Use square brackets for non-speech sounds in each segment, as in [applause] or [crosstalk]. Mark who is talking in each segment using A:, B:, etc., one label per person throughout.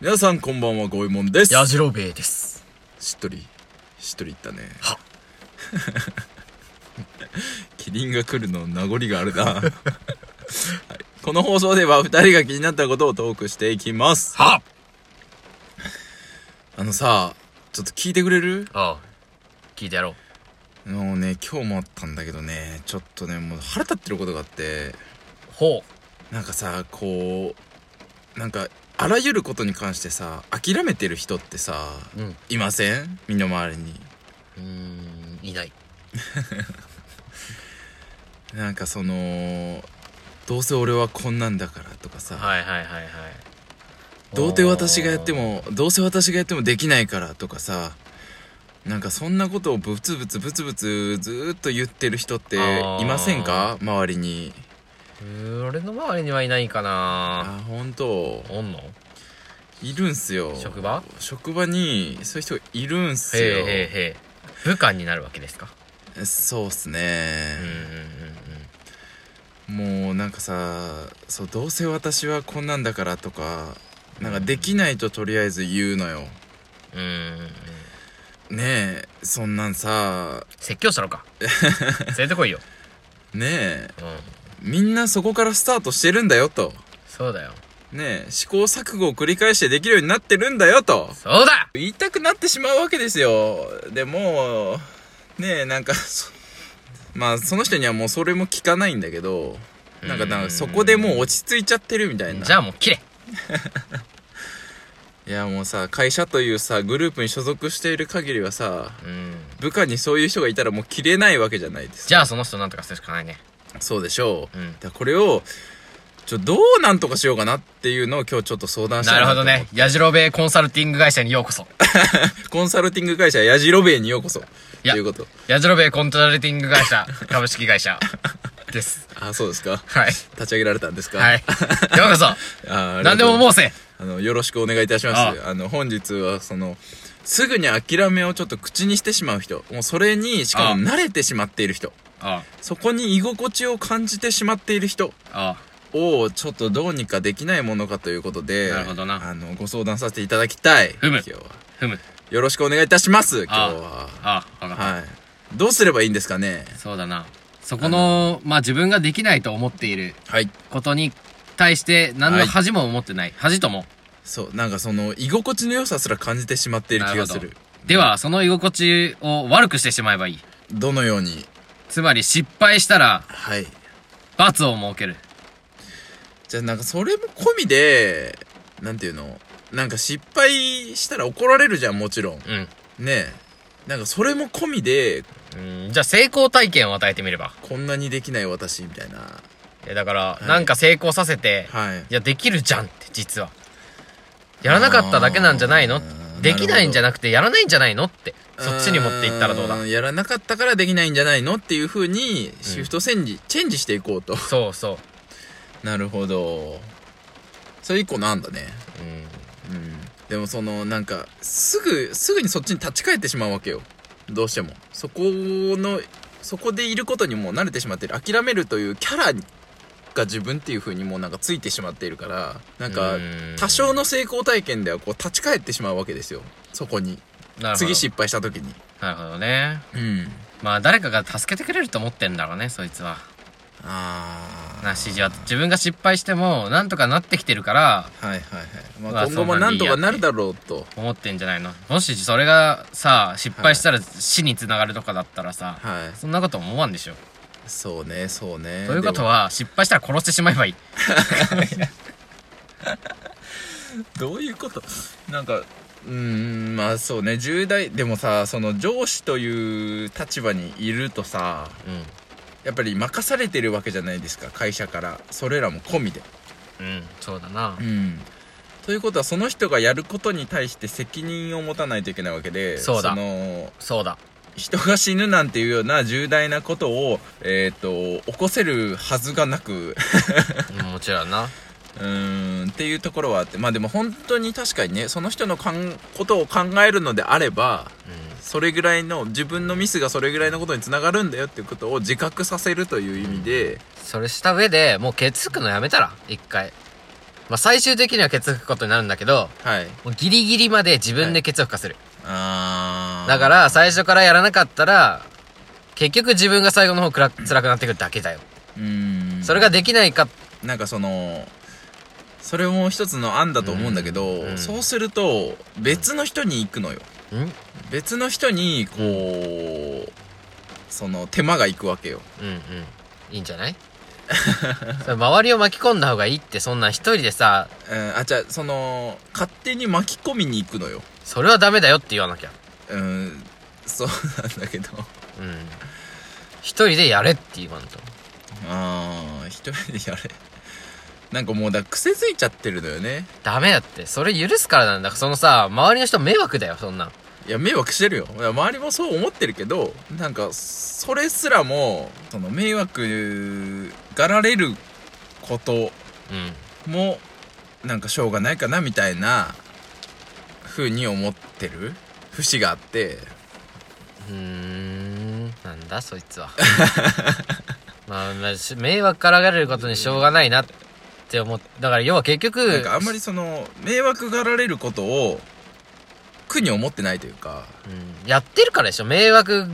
A: 皆さんこんばんは、ゴイモンです。
B: やじろべえです。
A: しっとり、しっとりいったね。
B: は
A: [laughs] キリンが来るの名残があるな。 [laughs] はい、この放送では二人が気になったことをトークしていきます。
B: は
A: あのさ、ちょっと聞いてくれる
B: ああ、聞いてやろう。
A: あのね、今日もあったんだけどね、ちょっとね、もう腹立ってることがあって、
B: ほ
A: なんかさ、こう、なんか、あらゆることに関してさ、諦めてる人ってさ、
B: う。うん。
A: いません身の回りに。
B: うーん、いない。
A: なんかそのどうせ俺はこんなんだからとかさ、
B: はいはいはいはい。
A: どうせ私がやってもどうせ私がやってもできないからとかさなんかそんなことをブツブツブツブツずーっと言ってる人っていませんか周りに
B: うー。俺の周りにはいないかな
A: あ本当
B: おんの
A: いるんすよ
B: 職場
A: 職場にそういう人がいるんす
B: へえ
A: よ
B: へえへえ。武漢になるわけですか
A: そうっす
B: うんうんうん
A: ね、もうなんかさそうどうせ私はこんなんだからとかなんかできないととりあえず言うのよ
B: うん。うーん。
A: ねえそんなんさ
B: 説教した [laughs] のか。連れてこいよ。
A: ねえ
B: うん。
A: みんなそこからスタートしてるんだよと
B: そうだよ。
A: ねえ試行錯誤を繰り返してできるようになってるんだよと
B: そうだ
A: 言いたくなってしまうわけですよでもねえなんかそまあその人にはもうそれも聞かないんだけどなんかなんかそこでもう落ち着いちゃってるみたいな
B: じゃあもう切れ。
A: いやもうさ会社というさグループに所属している限りはさ
B: うん。
A: 部下にそういう人がいたらもう切れないわけじゃないですか
B: じゃあその人なんとかするしかないね。
A: そうでしょう、
B: うん
A: だからこれをちょどうなんとかしようかなっていうのを今日ちょっと相談した
B: ないるほ
A: と
B: ど
A: 思って
B: ね。やじろべえコンサルティング会社にようこそ。
A: コンサルティング会社やじろべえにようこそ
B: や
A: ということ
B: やじろべえコンサルティング会
A: [laughs]
B: 社、株式会社です。
A: あそうですか
B: はい。
A: 立ち上げられたんですか
B: はい。ようこそ。
A: あ
B: 何でも
A: う
B: 申せ。
A: あのよろしくお願いいたします
B: あ
A: あの本日はそのすぐに諦めをちょっと口にしてしまう人もうそれにしかも慣れてしまっている人
B: あ
A: そこに居心地を感じてしまっている人
B: あ。
A: をちょっとどうにかできないものかということで
B: なるほどな
A: あのご相談させていただきたい
B: む
A: 今日は
B: ふむ。
A: よろしくお願いいたします、今日
B: あ
A: は。
B: ああ、わかっ
A: はい。どうすればいいんですかね
B: た。そうだな。そこの、まあ自分ができないと思っている
A: はい。
B: ことに対して何
A: は
B: の
A: い
B: 恥も思ってない。恥とも。
A: そう、なんかその、居心地の良さすら感じてしまっている気がす
B: な
A: る
B: る。では、その居心地を悪くしてしまえばいい。
A: どのように
B: つまり失敗したら
A: はい。
B: 罰を設ける。
A: じゃあなんかそれも込みで、なんていうのなんか失敗したら怒られるじゃん、もちろん。
B: うん。
A: ねえ。なんかそれも込みで、
B: うんじゃあ成功体験を与えてみれば。
A: こんなにできない私、みたいな。
B: えだから、
A: い
B: なんか成功させて、
A: はい。
B: いや、できるじゃんって、実は。やらなかっただけなんじゃない
A: あ
B: の
A: ー
B: できないんじゃなくて、やらないんじゃないのって。そっちに持
A: うーん
B: っていったらどうだ
A: やらなかったからできないんじゃないのっていう風に、シフトチェンジ、チェンジしていこうと。
B: そうそう。
A: なるほどそれ一個なんだね
B: うん。
A: うんでもそのなんかすぐすぐにそっちに立ち返ってしまうわけよどうしてもそこのそこでいることにもう慣れてしまってる諦めるというキャラが自分っていう風にもうなんかついてしまっているからなんか
B: うん
A: 多少の成功体験ではこう立ち返ってしまうわけですよそこに
B: なるほど
A: 次。失敗した時に
B: なるほどね。
A: うん
B: まあ、誰かが助けてくれると思ってんだろうね、そいつは。
A: あ
B: な、指示は。自分が失敗しても、なんとかなってきてるから、
A: はいはいはい、
B: う
A: まあ、
B: わ
A: 今後も
B: そんな
A: なんん
B: で
A: と
B: いいや
A: かなるだろうと
B: 思ってんじゃないのもし、それがさ、失敗したら死につながるとかだったらさ、
A: はい
B: そんなこと思わんでしょ。
A: そうねそうね
B: ということ
A: でも
B: は、失敗したら殺してしまえばいい。
A: どういうことなんかうーんまあそうね10代でもさその上司という立場にいるとさ
B: うん。
A: やっぱり任されてるわけじゃないですか会社からそれらも込みで
B: うん、そうだな
A: う。んということはその人がやることに対して責任を持たないといけないわけで
B: そうだ
A: の
B: そうだ。
A: 人が死ぬなんていうような重大なことをえっ、と起こせるはずがなく [laughs]
B: うんもちろんな。
A: うーんっていうところはあってまあでも本当に確かにねその人のかんことを考えるのであれば
B: うん。
A: それぐらいの自分のミスがそれぐらいのことにつながるんだよっていうことを自覚させるという意味で、
B: それした上でもうケツつくのやめたら一回まあ、最終的にはケツ吹くことになるんだけど、
A: はい
B: もうギリギリまで自分でケツを吹かせる。
A: あー
B: だから、最初からやらなかったら、結局自分が最後の方くら辛くなってくるだけだよ。
A: うーん
B: それができないか、
A: なんかそのそれも一つの案だと思うんだけど、
B: うんうん
A: そうすると別の人に行くのよ
B: んうん。
A: 別の人にこう、その手間が行くわけよ
B: うん。いいんじ
A: [laughs]
B: ゃないそれ周りを巻き込んだ方がいいって、そんな一人でさ、
A: うん、あじゃあその勝手に巻き込みに行くのよ
B: それはダメだよって言わなきゃ。
A: うんそうなんだけど
B: うん。一人でやれって言わんと。
A: ああ一人でやれなんかもうだから癖づいちゃってるのよね
B: ダメだって。それ許すからなんだ。そのさ、周りの人迷惑だよ、そんなん。
A: いや迷惑してるよいや周りもそう思ってるけどなんかそれすらもその迷惑がられること
B: うん。
A: もなんかしょうがないかなみたいな風に思ってる節があって
B: うーんなんだそい
A: [laughs]
B: つはまあ、まあ、し迷惑からがれることにしょうがないなって思ってだから要は結局
A: なんかあんまりその迷惑がられることを苦に思ってないというか、
B: うんやってるからでしょ迷惑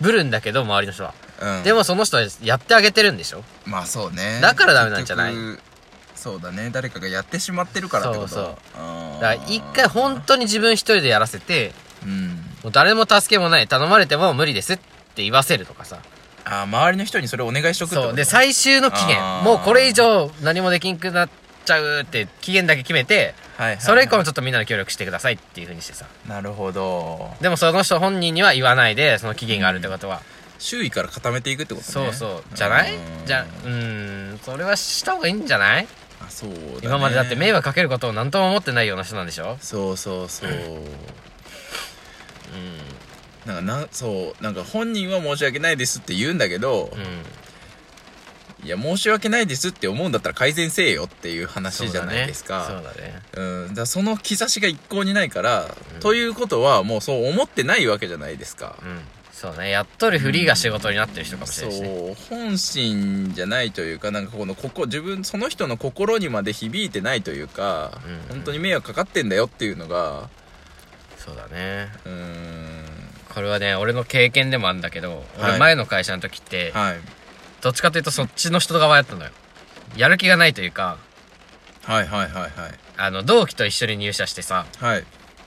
B: ぶるんだけど周りの人は、
A: うん、
B: でもその人はやってあげてるんでしょ
A: まあそうね
B: だからダメなんじゃない
A: 結局そうだね誰かがやってしまってるからってこと
B: そうそう
A: だ
B: だから一回本当に自分一人でやらせて
A: うん
B: もう誰も助けもない頼まれても無理ですって言わせるとかさ
A: あー周りの人にそれお願いしとくってこと
B: そうで最終の期
A: あ
B: 限
A: ー
B: もうこれ以上何もできんくなっちゃうって期限だけ決めて
A: はいはいはい
B: それ以降もちょっとみんなで協力してくださいっていう風にしてさ
A: なるほど
B: でもその人本人には言わないでその期限があるってことは、
A: 周囲から固めていくってことね
B: そうそうじゃない
A: うん
B: じゃうーんそれはした方がいいんじゃない、
A: あそうだね
B: 今までだって迷惑かけることを何とも思ってないような人なんでしょ
A: そうそうそう
B: う
A: なんかなそうなんか本人は申し訳ないですって言うんだけど
B: ん、う、ん、
A: いや申し訳ないですって思うんだったら改善せえよっていう話
B: そう
A: じゃ
B: だね
A: ないですか
B: そうだね
A: うん、だからその兆しが一向にないから、
B: うん
A: ということはもうそう思ってないわけじゃないですか。
B: うんそうねやっとるフリーが仕事になってる人かもしれないしね、
A: そう本心じゃないというかなんかこのここ自分その人の心にまで響いてないというか、
B: うんうん
A: 本当に迷惑かかってんだよっていうのが
B: そうだね
A: うーん
B: これはね俺の経験でもあるんだけど
A: は
B: 俺
A: い
B: 前の会社の時って、
A: はい
B: どっちかというとそっちの人側やったのよやる気がないというか
A: はいはいはい
B: あの同期と一緒に入社してさ
A: はいはい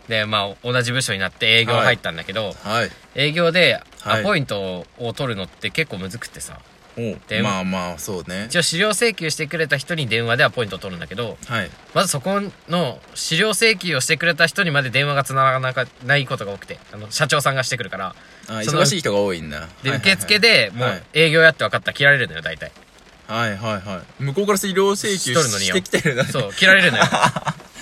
B: でまあ同じ部署になって営業入ったんだけど、
A: はい
B: 営業で
A: はい
B: アポイントを取るのって結構むずくってさ、
A: お
B: で
A: うまあまあそうね
B: 一応資料請求してくれた人に電話でアポイントを取るんだけど
A: はい
B: まずそこの資料請求をしてくれた人にまで電話がつながらなかないことが多くてあの社長さんがしてくるから
A: あ
B: その
A: 忙しい人が多いんだ
B: で
A: はい
B: 受付でもう
A: はい
B: 営業やって分かったら切られるのよ大体
A: はいはいはい向こうから医療請求
B: しとるのに
A: し
B: よ
A: てきてるのに
B: そう切られる
A: [laughs]
B: のよ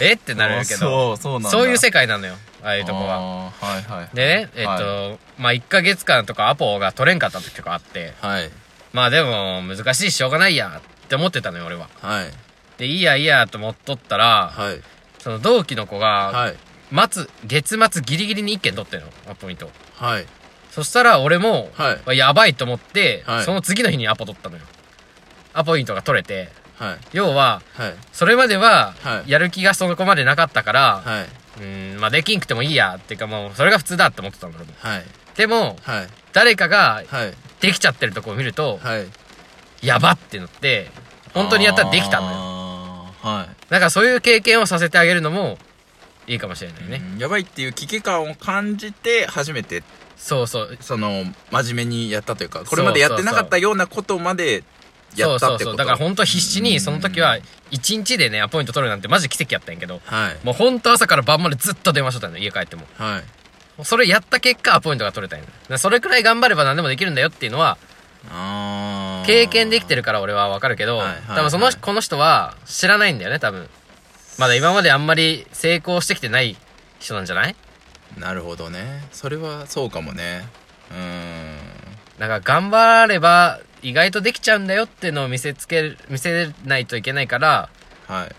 B: えってなるけど
A: あそうそうなんだ
B: そういう世界なのよああいうとこは
A: あーはいはい
B: でねえっと、
A: は
B: まあ1ヶ月間とかアポが取れんかった時とかあって
A: はい
B: まあでも難しいししょうがないやって思ってたのよ俺は
A: はい
B: で、いいやいいやと思っとったら、
A: はい
B: その同期の子が、
A: はい
B: 待つ、月末ギリギリに1件取ってんの、アポイントを。
A: はい
B: そしたら俺も、
A: はい
B: やばいと思って、
A: はい
B: その次の日にアポ取ったのよ。アポイントが取れて、
A: はい
B: 要は、
A: はい
B: それまでは
A: は、い
B: やる気がそこまでなかったから、
A: はいう
B: ーん、まあ、できんくてもいいや、っていうかもう、それが普通だって思ってたんだけど。
A: はい
B: でも、
A: はい
B: 誰かが
A: はい
B: できちゃってるとこを見ると、
A: はい
B: やばってなって、本当にやったらできたのよ。
A: よは
B: だからそういう経験をさせてあげるのも、いいかもしれない
A: い
B: ね。
A: うんやばいっていう危機感を感じて初めて
B: そうそう。
A: その真面目にやったというかこれまでやってなかったようなことまで
B: そ
A: や
B: う
A: った
B: そ
A: っ
B: う
A: て
B: そ
A: こ
B: う。
A: と
B: だから本当必死
A: う
B: に、
A: ん
B: その時は、1日でね、アポイント取るなんてマジ奇跡やったんやけど、
A: はい
B: もう本当朝から晩までずっと電話しとったんよ、家帰っても。
A: はい
B: それやった結果、アポイントが取れたんよ。だからそれくらい頑張れば何でもできるんだよっていうのは、
A: あー
B: 経験できてるから俺はわかるけど
A: はいはいはい、
B: 多分その、この人は知らないんだよね、多分。まだ今まであんまり成功してきてない人なんじゃない
A: なるほどねそれはそうかもねうーん
B: なんか頑張れば意外とできちゃうんだよっていうのを見せつける、見せないといけないから、
A: はい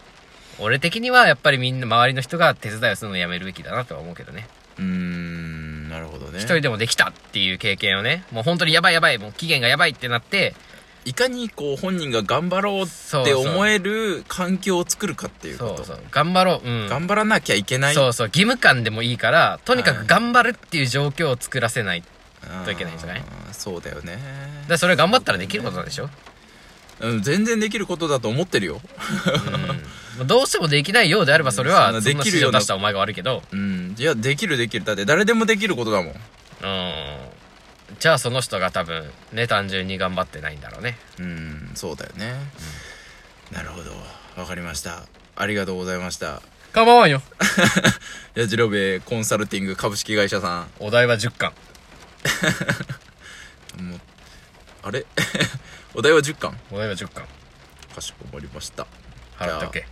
B: 俺的にはやっぱりみんな周りの人が手伝いをするのをやめるべきだなとは思うけどね
A: うーんなるほどね
B: 一人でもできたっていう経験をねもう本当にやばいやばいもう期限がやばいってなって
A: いかにこう本人が頑張ろう
B: そ
A: っ
B: う
A: て
B: そう
A: 思える環境を作るかっていうこ
B: そ
A: と
B: うそう頑張ろう、うん、
A: 頑張らなきゃいけない
B: そうそう義務感でもいいからとにか
A: はい
B: く頑張るっていう状況を作らせない、といけないんじゃない
A: あーそうだよね
B: だからそれ頑張ったらできることなんでしょ、
A: うん全然できることだと思ってるよ
B: うん、どうしてもできないようであればそれは
A: うんそんな
B: そん
A: で
B: な
A: き
B: 指
A: る
B: 示
A: よう
B: を
A: な
B: 出したお前が悪いけど
A: うんいやできるできるだって誰でもできることだもん
B: うんじゃあその人が多分ね単純に頑張ってないんだろうね
A: うんそうだよね、なるほどわかりましたありがとうございました
B: 構わんよ
A: 矢次郎兵衛コンサルティング株式会社さ
B: お題は10巻
A: んもうあれ [laughs] お題は10巻
B: お題は10巻
A: かしこまりました
B: 払っとけ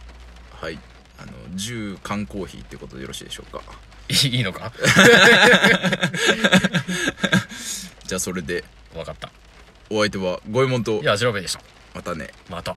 A: はいあの10缶コーヒーってことでよろしいでしょうか
B: いいいのか
A: じゃあそれで
B: わかった
A: お相手は五右衛門と
B: いやジロベでした
A: またね
B: また